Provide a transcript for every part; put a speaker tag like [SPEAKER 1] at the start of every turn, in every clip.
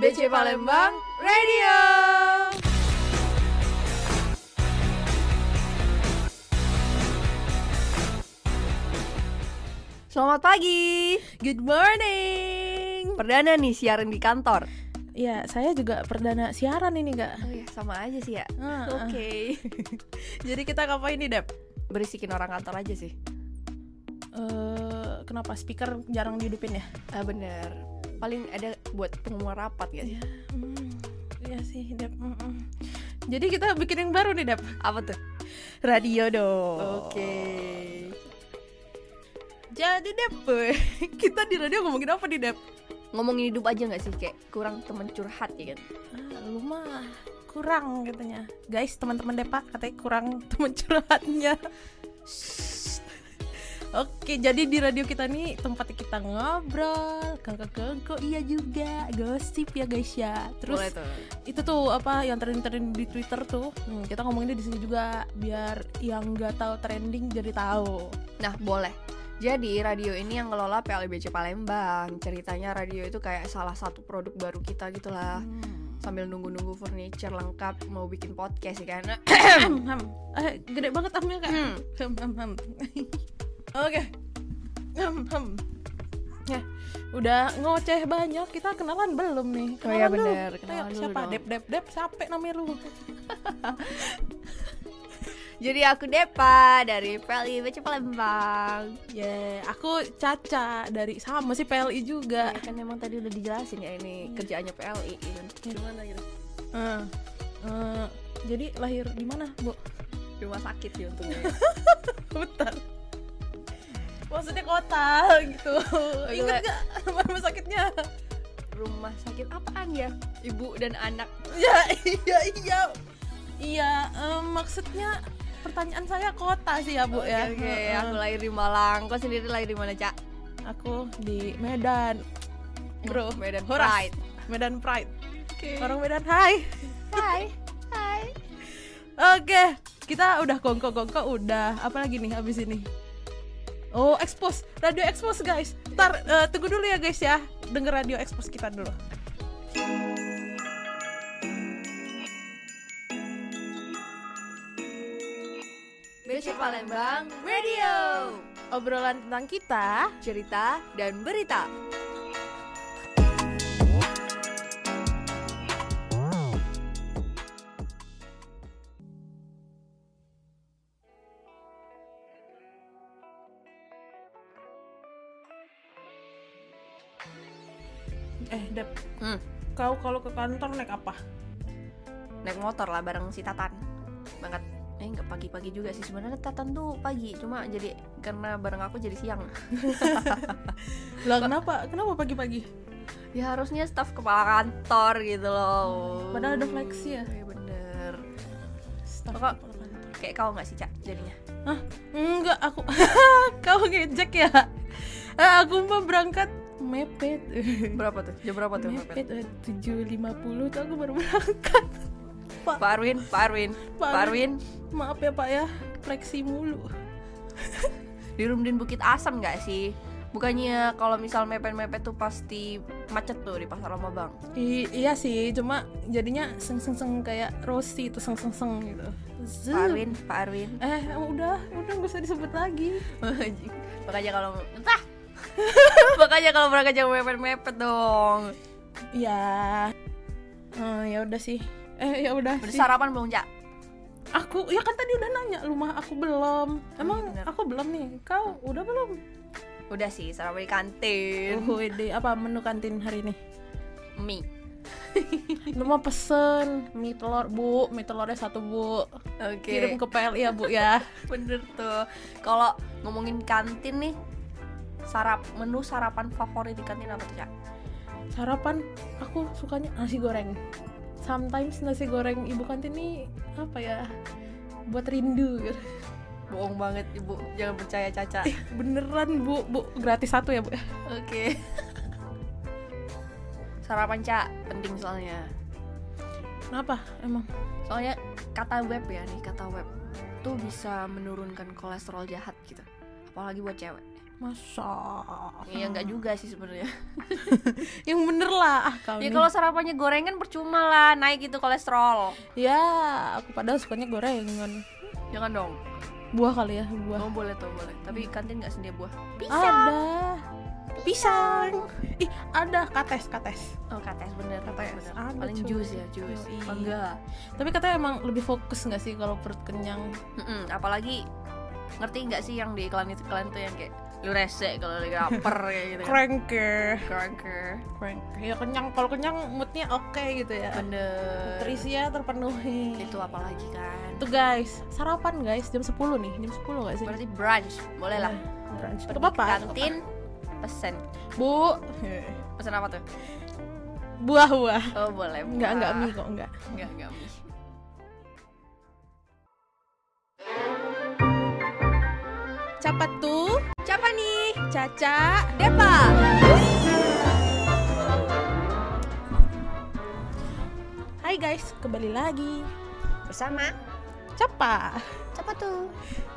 [SPEAKER 1] BC Palembang Radio. Selamat pagi.
[SPEAKER 2] Good morning.
[SPEAKER 1] Perdana nih siaran di kantor.
[SPEAKER 2] Ya, saya juga perdana siaran ini, Kak.
[SPEAKER 1] Oh ya, sama aja sih ya.
[SPEAKER 2] Ah, ah.
[SPEAKER 1] Oke.
[SPEAKER 2] Jadi kita ngapain nih, Dep?
[SPEAKER 1] Berisikin orang kantor aja sih.
[SPEAKER 2] Eh, kenapa speaker jarang dihidupin ya?
[SPEAKER 1] Ah, bener. Paling ada buat pengumuman rapat ya. gak sih?
[SPEAKER 2] Iya. Hmm, iya sih, Dep. Mm, mm. Jadi kita bikin yang baru nih, Dep.
[SPEAKER 1] Apa tuh?
[SPEAKER 2] Radio dong.
[SPEAKER 1] Oke.
[SPEAKER 2] Jadi, Dep, kita di radio ngomongin apa nih, Dep?
[SPEAKER 1] Ngomongin hidup aja nggak sih kayak kurang temen curhat ya kan?
[SPEAKER 2] Ah, lu mah kurang katanya. Guys, teman-teman Depa katanya kurang teman curhatnya. Shh. Oke, jadi di radio kita nih tempat kita ngobrol, kengko-kengko iya juga, gosip ya guys ya. Terus
[SPEAKER 1] Boleh tuh.
[SPEAKER 2] itu tuh apa yang trending-trending di Twitter tuh, hmm, kita ngomongin di sini juga biar yang nggak tahu trending jadi tahu.
[SPEAKER 1] Nah, boleh. Jadi radio ini yang ngelola PLBC Palembang. Ceritanya radio itu kayak salah satu produk baru kita gitu lah.
[SPEAKER 2] Hmm.
[SPEAKER 1] Sambil nunggu-nunggu furniture lengkap mau bikin podcast ya kan.
[SPEAKER 2] Ham, ham. Eh, gede banget hamnya kak.
[SPEAKER 1] Hmm.
[SPEAKER 2] Ham, ham, ham. Oke. Ham, ham. Ya, udah ngoceh banyak. Kita kenalan belum nih?
[SPEAKER 1] Oh iya,
[SPEAKER 2] Kenalan dulu.
[SPEAKER 1] bener. Kenalan
[SPEAKER 2] Ayo,
[SPEAKER 1] dulu
[SPEAKER 2] siapa?
[SPEAKER 1] dong.
[SPEAKER 2] Dep, dep, dep. Siapa namanya lu?
[SPEAKER 1] Jadi aku Depa dari PLBC Palembang.
[SPEAKER 2] Ya, aku Caca dari sama sih PLI juga.
[SPEAKER 1] Ya kan memang tadi udah dijelasin ya
[SPEAKER 2] Hmm.
[SPEAKER 1] ini kerjaannya PLI ya kan. Gimana gitu?
[SPEAKER 2] Eh, eh, jadi lahir di mana, Bu?
[SPEAKER 1] Rumah sakit sih untungnya.
[SPEAKER 2] Bentar. Maksudnya kota gitu. Ingat gak rumah sakitnya?
[SPEAKER 1] Rumah sakit apaan ya? Ibu dan anak.
[SPEAKER 2] Ya, iya, iya. Iya, em, maksudnya pertanyaan saya kota sih ya, Bu
[SPEAKER 1] Oke,
[SPEAKER 2] ya.
[SPEAKER 1] oke.
[SPEAKER 2] Heeh.
[SPEAKER 1] aku lahir di Malang. Kau sendiri lahir di mana, Cak?
[SPEAKER 2] Aku di Medan. Bro,
[SPEAKER 1] Medan
[SPEAKER 2] Horas.
[SPEAKER 1] Pride.
[SPEAKER 2] Medan Pride.
[SPEAKER 1] Oke.
[SPEAKER 2] Orang Medan, hai.
[SPEAKER 1] Hai. Hai.
[SPEAKER 2] Oke, kita udah kongko-kongko udah apa lagi nih habis ini? Oh, expose. Radio expose, guys. Ntar eh, tunggu dulu ya, guys ya. Denger radio expose kita dulu.
[SPEAKER 1] BC Palembang Radio
[SPEAKER 2] Obrolan tentang kita.
[SPEAKER 1] Cerita dan berita
[SPEAKER 2] Eh, Dep,
[SPEAKER 1] hmm,
[SPEAKER 2] kau kalau ke kantor naik apa?
[SPEAKER 1] Naik motor lah bareng si Tatan Banget Eh nggak pagi-pagi juga sih sebenarnya Tatan tuh pagi Cuma jadi karena bareng aku jadi siang
[SPEAKER 2] Lah kenapa? Kenapa pagi-pagi?
[SPEAKER 1] Ya harusnya staf kepala kantor gitu loh
[SPEAKER 2] Padahal ada fleksi ya.
[SPEAKER 1] Iya bener
[SPEAKER 2] Staf
[SPEAKER 1] Kok-
[SPEAKER 2] kepala kantor.
[SPEAKER 1] Kayak kau nggak sih Cak jadinya
[SPEAKER 2] Hah? Enggak, aku kau ngejek ya. Eh, aku mau berangkat mepet.
[SPEAKER 1] Berapa tuh? Jam berapa tuh?
[SPEAKER 2] mepet eh,
[SPEAKER 1] Mepet?
[SPEAKER 2] tujuh lima puluh tuh aku baru berangkat.
[SPEAKER 1] Pak Arwin, Pak Arwin Pak Arwin
[SPEAKER 2] Maaf ya Pak ya, fleksi mulu.
[SPEAKER 1] Di Rumdin Bukit Asam nggak sih? Bukannya kalau misal mepet-mepet tuh pasti macet tuh di Pasar Lama Bang
[SPEAKER 2] I- iya sih, cuma jadinya seng seng seng kayak Rosie itu seng seng seng gitu. Zoom.
[SPEAKER 1] Pak Arwin, Pak Arwin
[SPEAKER 2] Eh, udah, udah gak usah disebut lagi.
[SPEAKER 1] Anjing. makanya kalau entah makanya kalau berangkat jangan mepet-mepet dong
[SPEAKER 2] Ya. Eh, ya udah sih. Eh, ya udah
[SPEAKER 1] udah
[SPEAKER 2] sih.
[SPEAKER 1] sarapan belum cak
[SPEAKER 2] Aku ya kan tadi udah nanya rumah aku belum. Emang
[SPEAKER 1] Bener.
[SPEAKER 2] aku belum nih. Kau udah belum?
[SPEAKER 1] udah sih sarapan di kantin
[SPEAKER 2] Wede, Uhuh, apa menu kantin hari ini?
[SPEAKER 1] mie
[SPEAKER 2] Lu mau pesen mie telur, Bu. Mie telurnya satu, Bu.
[SPEAKER 1] oke
[SPEAKER 2] Kirim ke PLI ya, Bu ya.
[SPEAKER 1] bener tuh kalau ngomongin kantin nih sarap menu sarapan favorit di kantin apa tuh cak
[SPEAKER 2] Sarapan aku sukanya nasi goreng. Sometimes nasi goreng ibu kantin nih apa ya? Buat rindu gitu.
[SPEAKER 1] bohong banget ibu jangan percaya caca oke
[SPEAKER 2] Beneran, Bu. Bu gratis satu ya, Bu.
[SPEAKER 1] sarapan cak penting soalnya
[SPEAKER 2] Kenapa? Emang
[SPEAKER 1] soalnya kata web ya nih kata web tuh bisa menurunkan kolesterol jahat gitu apalagi buat cewek
[SPEAKER 2] Masa?
[SPEAKER 1] Iya nggak juga sih sebenarnya.
[SPEAKER 2] Yang bener lah ah kau
[SPEAKER 1] Ya
[SPEAKER 2] nih.
[SPEAKER 1] kalau sarapannya gorengan percuma lah, naik itu kolesterol.
[SPEAKER 2] Ya, aku padahal sukanya gorengan.
[SPEAKER 1] Jangan Ya kan dong.
[SPEAKER 2] Buah kali ya, buah.
[SPEAKER 1] Oh boleh tuh boleh. Tapi kantin nggak sedia buah. Ah.
[SPEAKER 2] Ada. Pisang. Ih, ada kates, kates.
[SPEAKER 1] Oh kates bener
[SPEAKER 2] KTS,
[SPEAKER 1] bener.
[SPEAKER 2] ada,
[SPEAKER 1] Paling
[SPEAKER 2] cuy.
[SPEAKER 1] jus ya jus.
[SPEAKER 2] Yoi.
[SPEAKER 1] Mangga.
[SPEAKER 2] Tapi katanya emang lebih fokus nggak sih kalau perut kenyang?
[SPEAKER 1] Mm-mm, apalagi ngerti nggak sih yang di iklan itu iklan tuh yang kayak lu rese kalau lagi lapar kayak gitu. kan.
[SPEAKER 2] Cranker.
[SPEAKER 1] Cranker.
[SPEAKER 2] Cranker. Ya kenyang, kalau kenyang moodnya oke gitu ya.
[SPEAKER 1] Bener. Gitu.
[SPEAKER 2] Nutrisinya terpenuhi.
[SPEAKER 1] Itu apalagi kan.
[SPEAKER 2] Itu guys, sarapan guys jam 10 nih, jam 10 gak sih?
[SPEAKER 1] Berarti brunch boleh lah.
[SPEAKER 2] Brunch.
[SPEAKER 1] Pergi
[SPEAKER 2] Gak apa-apa.
[SPEAKER 1] ke
[SPEAKER 2] gak apa-apa.
[SPEAKER 1] Kantin pesen.
[SPEAKER 2] Bu,
[SPEAKER 1] Pesen apa tuh?
[SPEAKER 2] buah-buah.
[SPEAKER 1] Oh boleh.
[SPEAKER 2] Enggak, enggak
[SPEAKER 1] buah.
[SPEAKER 2] mie kok, enggak.
[SPEAKER 1] Enggak, enggak mie.
[SPEAKER 2] Capatu,
[SPEAKER 1] Siapa nih?
[SPEAKER 2] Caca,
[SPEAKER 1] Depa.
[SPEAKER 2] Hai guys, kembali lagi.
[SPEAKER 1] Bersama
[SPEAKER 2] Capa.
[SPEAKER 1] siapa tuh?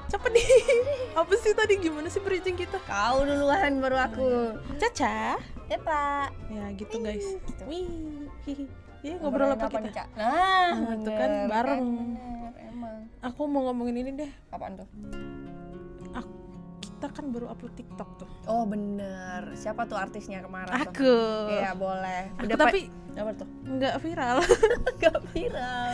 [SPEAKER 2] Capa nih. Apa sih tadi gimana sih bridging kita?
[SPEAKER 1] Kau duluan baru aku.
[SPEAKER 2] Caca.
[SPEAKER 1] Depa.
[SPEAKER 2] Ya gitu guys. Wih. hihi. Iya
[SPEAKER 1] Ngobrol
[SPEAKER 2] ngobrol
[SPEAKER 1] apa
[SPEAKER 2] apa kita?
[SPEAKER 1] Cak? Nah,
[SPEAKER 2] Ah, itu
[SPEAKER 1] bener,
[SPEAKER 2] kan bareng.
[SPEAKER 1] bener, emang.
[SPEAKER 2] Aku mau ngomongin ini deh.
[SPEAKER 1] Apaan tuh?
[SPEAKER 2] Aku, kita kan baru upload TikTok tuh.
[SPEAKER 1] Oh, bener. Siapa tuh artisnya kemarin tuh?
[SPEAKER 2] Aku.
[SPEAKER 1] Iya, boleh.
[SPEAKER 2] Aku
[SPEAKER 1] Udah,
[SPEAKER 2] tapi
[SPEAKER 1] pa- apa tuh?
[SPEAKER 2] nggak viral.
[SPEAKER 1] Gak viral.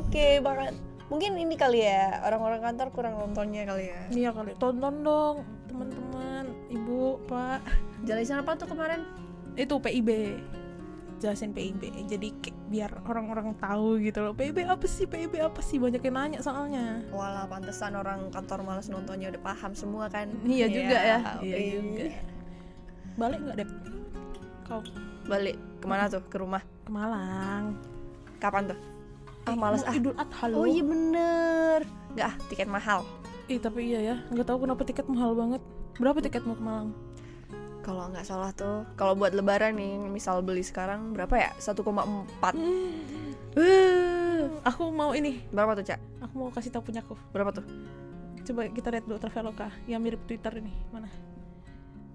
[SPEAKER 1] Oke, bakal mungkin ini kali ya orang-orang kantor kurang nontonnya kali ya.
[SPEAKER 2] Iya kali. Tonton dong teman-teman, ibu, pak.
[SPEAKER 1] Jelasin apa tuh kemarin?
[SPEAKER 2] itu PIB jelasin PIB jadi kayak biar orang-orang tahu gitu loh PIB apa sih PIB apa sih banyak yang nanya soalnya
[SPEAKER 1] Walah, pantesan orang kantor malas nontonnya udah paham semua kan.
[SPEAKER 2] iya juga ya iya
[SPEAKER 1] oke.
[SPEAKER 2] juga balik nggak deh kau
[SPEAKER 1] Balik kemana tuh? Ke rumah.
[SPEAKER 2] ke Malang
[SPEAKER 1] Kapan tuh? Ah, males
[SPEAKER 2] Mau
[SPEAKER 1] ah.
[SPEAKER 2] Idul Adha
[SPEAKER 1] Oh
[SPEAKER 2] loh
[SPEAKER 1] iya bener. Nggak ah, tiket mahal.
[SPEAKER 2] Ih, tapi iya ya nggak tahu kenapa tiket mahal banget berapa tiket mau ke Malang
[SPEAKER 1] Kalau nggak salah tuh, kalau buat lebaran nih, misal beli sekarang berapa ya? 1,4. Uh,
[SPEAKER 2] Hmm, aku mau ini
[SPEAKER 1] berapa tuh, Cak?
[SPEAKER 2] aku mau kasih tahu punyaku
[SPEAKER 1] Berapa tuh?
[SPEAKER 2] coba kita lihat dulu Traveloka yang mirip Twitter ini mana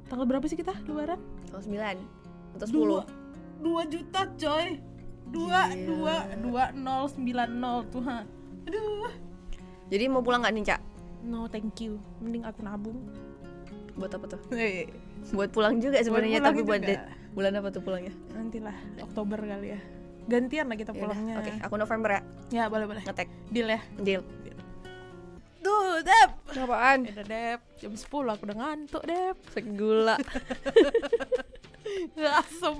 [SPEAKER 2] tanggal berapa sih kita lebaran
[SPEAKER 1] Tanggal 9 atau 10.
[SPEAKER 2] dua dua juta coy dua
[SPEAKER 1] Gila.
[SPEAKER 2] dua dua nol sembilan nol tuh ha aduh
[SPEAKER 1] Jadi mau pulang nggak nih, Cak?
[SPEAKER 2] no thank you mending aku nabung
[SPEAKER 1] Buat apa tuh?
[SPEAKER 2] eh
[SPEAKER 1] Buat pulang juga sebenarnya,
[SPEAKER 2] pulang
[SPEAKER 1] tapi buat
[SPEAKER 2] juga.
[SPEAKER 1] de- bulan apa tuh pulangnya?
[SPEAKER 2] nantilah Oktober kali ya gantian lah kita
[SPEAKER 1] Yaudah,
[SPEAKER 2] pulangnya
[SPEAKER 1] Iya Oke, aku November ya,
[SPEAKER 2] ya boleh boleh
[SPEAKER 1] ngetek.
[SPEAKER 2] deal ya
[SPEAKER 1] Deal.
[SPEAKER 2] tuh dep
[SPEAKER 1] Apaan?
[SPEAKER 2] udah dep jam 10 aku udah ngantuk dep segula asem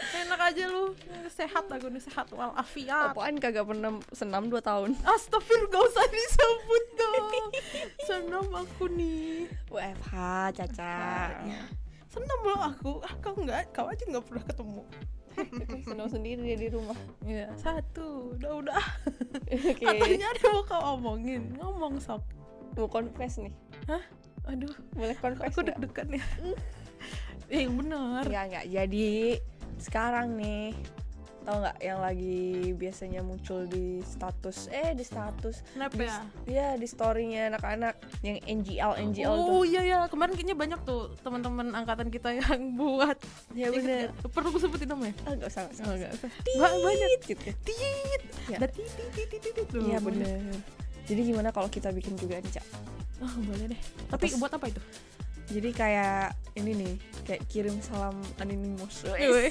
[SPEAKER 2] enak aja lu sehat aku nih sehat walafiat
[SPEAKER 1] Apaan kagak pernah senam 2 tahun?
[SPEAKER 2] Astagfirullah gak usah disebut dong Senam aku nih
[SPEAKER 1] WFH, Caca.
[SPEAKER 2] Senam loh aku ah, Kau enggak, kau aja gak pernah ketemu
[SPEAKER 1] senam sendiri dia di rumah.
[SPEAKER 2] Iya Satu, udah udah
[SPEAKER 1] Oke.
[SPEAKER 2] Katanya ada yang mau kau omongin Ngomong sob
[SPEAKER 1] Mau confess nih.
[SPEAKER 2] Hah? Aduh,
[SPEAKER 1] Boleh confess.
[SPEAKER 2] aku
[SPEAKER 1] nggak?
[SPEAKER 2] deg-degan ya Eh, Yang bener
[SPEAKER 1] Enggak, enggak. Jadi sekarang nih tau nggak yang lagi biasanya muncul di status eh di status
[SPEAKER 2] Snap
[SPEAKER 1] di,
[SPEAKER 2] ya?
[SPEAKER 1] ya di storynya anak-anak yang NGL NGL
[SPEAKER 2] Oh
[SPEAKER 1] tuh
[SPEAKER 2] iya ya, kemarin kayaknya banyak tuh teman-teman angkatan kita yang buat.
[SPEAKER 1] ya
[SPEAKER 2] Ingat
[SPEAKER 1] bener
[SPEAKER 2] nggak? Perlu gue sebutin namanya?
[SPEAKER 1] ah nggak usah nggak usah, nggak usah.
[SPEAKER 2] Ba- banyak.
[SPEAKER 1] gitu
[SPEAKER 2] Tit.
[SPEAKER 1] Ya.
[SPEAKER 2] Ada tit tit tit tit, tit tuh.
[SPEAKER 1] iya bener jadi gimana kalau kita bikin juga nih cak
[SPEAKER 2] Oh, boleh deh. Tapi
[SPEAKER 1] Terus-
[SPEAKER 2] buat apa itu?
[SPEAKER 1] jadi kayak ini nih kayak kirim salam anonymous
[SPEAKER 2] Wih.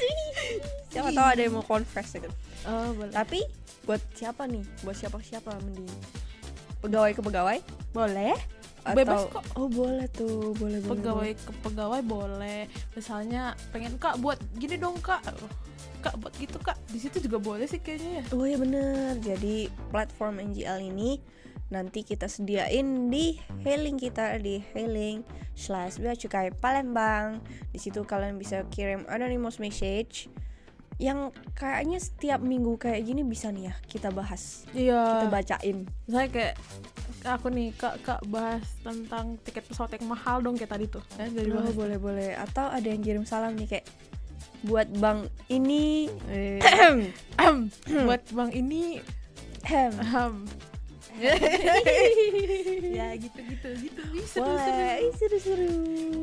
[SPEAKER 1] siapa tahu ada yang mau confess gitu
[SPEAKER 2] Oh, boleh.
[SPEAKER 1] tapi buat siapa nih buat siapa siapa mending pegawai ke pegawai
[SPEAKER 2] boleh.
[SPEAKER 1] atau
[SPEAKER 2] Bebas kok.
[SPEAKER 1] oh boleh tuh boleh boleh,
[SPEAKER 2] Pegawai ke pegawai boleh. Misalnya pengen Kak buat gini dong, Kak. Kak buat gitu, Kak. Di situ juga boleh sih kayaknya ya.
[SPEAKER 1] boleh. oh ya bener jadi platform NGL ini nanti kita sediain di hailing kita di hailing slash bea cukai Palembang di situ kalian bisa kirim anonymous message yang kayaknya setiap minggu kayak gini bisa nih ya kita bahas
[SPEAKER 2] Iya.
[SPEAKER 1] kita bacain
[SPEAKER 2] Saya kayak aku nih kak kak bahas tentang tiket pesawat yang mahal dong kayak tadi tuh saya dari
[SPEAKER 1] Oh,
[SPEAKER 2] bahas
[SPEAKER 1] boleh boleh atau ada yang kirim salam nih kayak buat bang ini
[SPEAKER 2] buat bang ini
[SPEAKER 1] Ahem.
[SPEAKER 2] ahem, ya gitu-gitu gitu. Ih,
[SPEAKER 3] Wah, ih, seru-seru.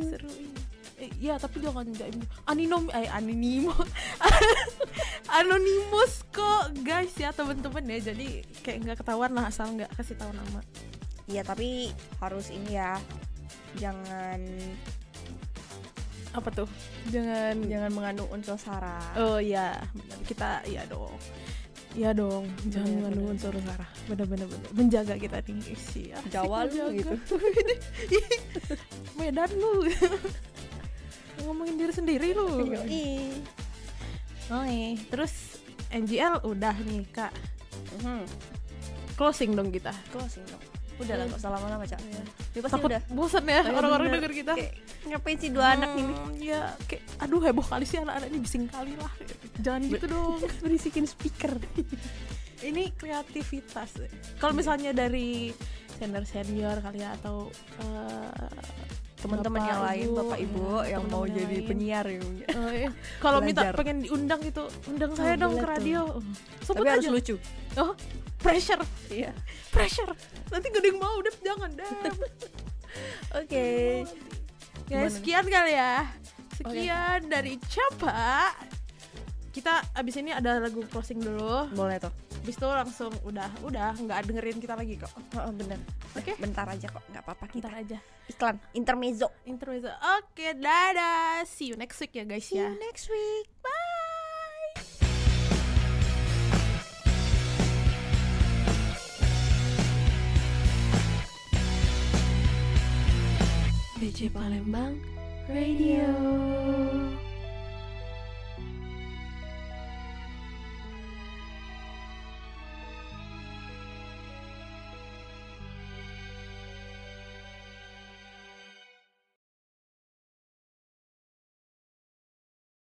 [SPEAKER 2] seru
[SPEAKER 1] iya.
[SPEAKER 2] ini. Eh, ya tapi jangan jaim aninom eh anonimo anonimus kok guys ya teman-teman ya jadi kayak nggak ketahuan lah asal nggak kasih tahu nama
[SPEAKER 3] Iya, tapi harus ini ya. Jangan
[SPEAKER 2] apa tuh jangan
[SPEAKER 1] Jangan mengandung unsur sara.
[SPEAKER 2] Hmm. oh ya benar kita ya dong ya dong jangan
[SPEAKER 1] Iya, Benar,
[SPEAKER 2] mengandung
[SPEAKER 1] benar.
[SPEAKER 2] unsur arah benar-benar benar. menjaga kita nih sih asik
[SPEAKER 1] Jawa lu
[SPEAKER 2] menjaga.
[SPEAKER 1] gitu.
[SPEAKER 2] Medan lu ngomongin diri sendiri lu
[SPEAKER 1] Iya.
[SPEAKER 3] Ih,
[SPEAKER 2] Oi, terus NGL udah nih kak
[SPEAKER 3] Hmm,
[SPEAKER 2] closing dong kita
[SPEAKER 1] Closing dong.
[SPEAKER 3] udah lah nggak usah lama-lama, Cak.
[SPEAKER 1] Iya.
[SPEAKER 3] Dia pasti
[SPEAKER 2] Hmm. Iya. takut
[SPEAKER 3] udah.
[SPEAKER 2] bosan ya
[SPEAKER 3] Iya,
[SPEAKER 2] orang-orang
[SPEAKER 3] bener.
[SPEAKER 2] denger kita
[SPEAKER 3] Kayak, ngapain sih dua anak ini?
[SPEAKER 2] Hmm, ya kayak aduh heboh kali sih anak-anak ini bising kali lah jangan gitu dong
[SPEAKER 3] Berisikin speaker.
[SPEAKER 2] ini kreativitas kalau
[SPEAKER 3] Iya.
[SPEAKER 2] misalnya dari senior senior kali ya atau eh,
[SPEAKER 1] Teman-teman
[SPEAKER 2] bapak,
[SPEAKER 1] yang lain, Bapak Ibu
[SPEAKER 2] hmm,
[SPEAKER 1] yang mau
[SPEAKER 2] teman-teman yang
[SPEAKER 1] jadi
[SPEAKER 2] lain.
[SPEAKER 1] penyiar ya.
[SPEAKER 3] gitu.
[SPEAKER 2] Eh, iya. kalau minta
[SPEAKER 1] Belajar.
[SPEAKER 2] pengen diundang itu undang saya
[SPEAKER 3] Oh,
[SPEAKER 2] dong
[SPEAKER 3] boleh
[SPEAKER 2] ke
[SPEAKER 3] tuh.
[SPEAKER 2] radio sebut
[SPEAKER 1] Tapi harus
[SPEAKER 2] aja
[SPEAKER 1] lucu.
[SPEAKER 2] oh pressure
[SPEAKER 1] Iya.
[SPEAKER 2] pressure nanti gede yang mau deh jangan deh
[SPEAKER 3] Oke.
[SPEAKER 2] ya
[SPEAKER 1] Gimana nih?
[SPEAKER 2] sekian kali ya sekian dari Capa kita abis ini ada lagu closing dulu
[SPEAKER 1] Boleh tuh.
[SPEAKER 2] abis itu langsung udah udah nggak dengerin kita lagi kok
[SPEAKER 3] Oh, bener.
[SPEAKER 2] Oke.
[SPEAKER 3] Bentar aja kok, nggak apa-apa kita.
[SPEAKER 2] ntar aja
[SPEAKER 3] Iklan, intermezzo.
[SPEAKER 2] intermezzo oke dadah see you next week ya guys
[SPEAKER 3] See
[SPEAKER 2] ya
[SPEAKER 3] you next week.
[SPEAKER 2] bye
[SPEAKER 1] BC Palembang Radio.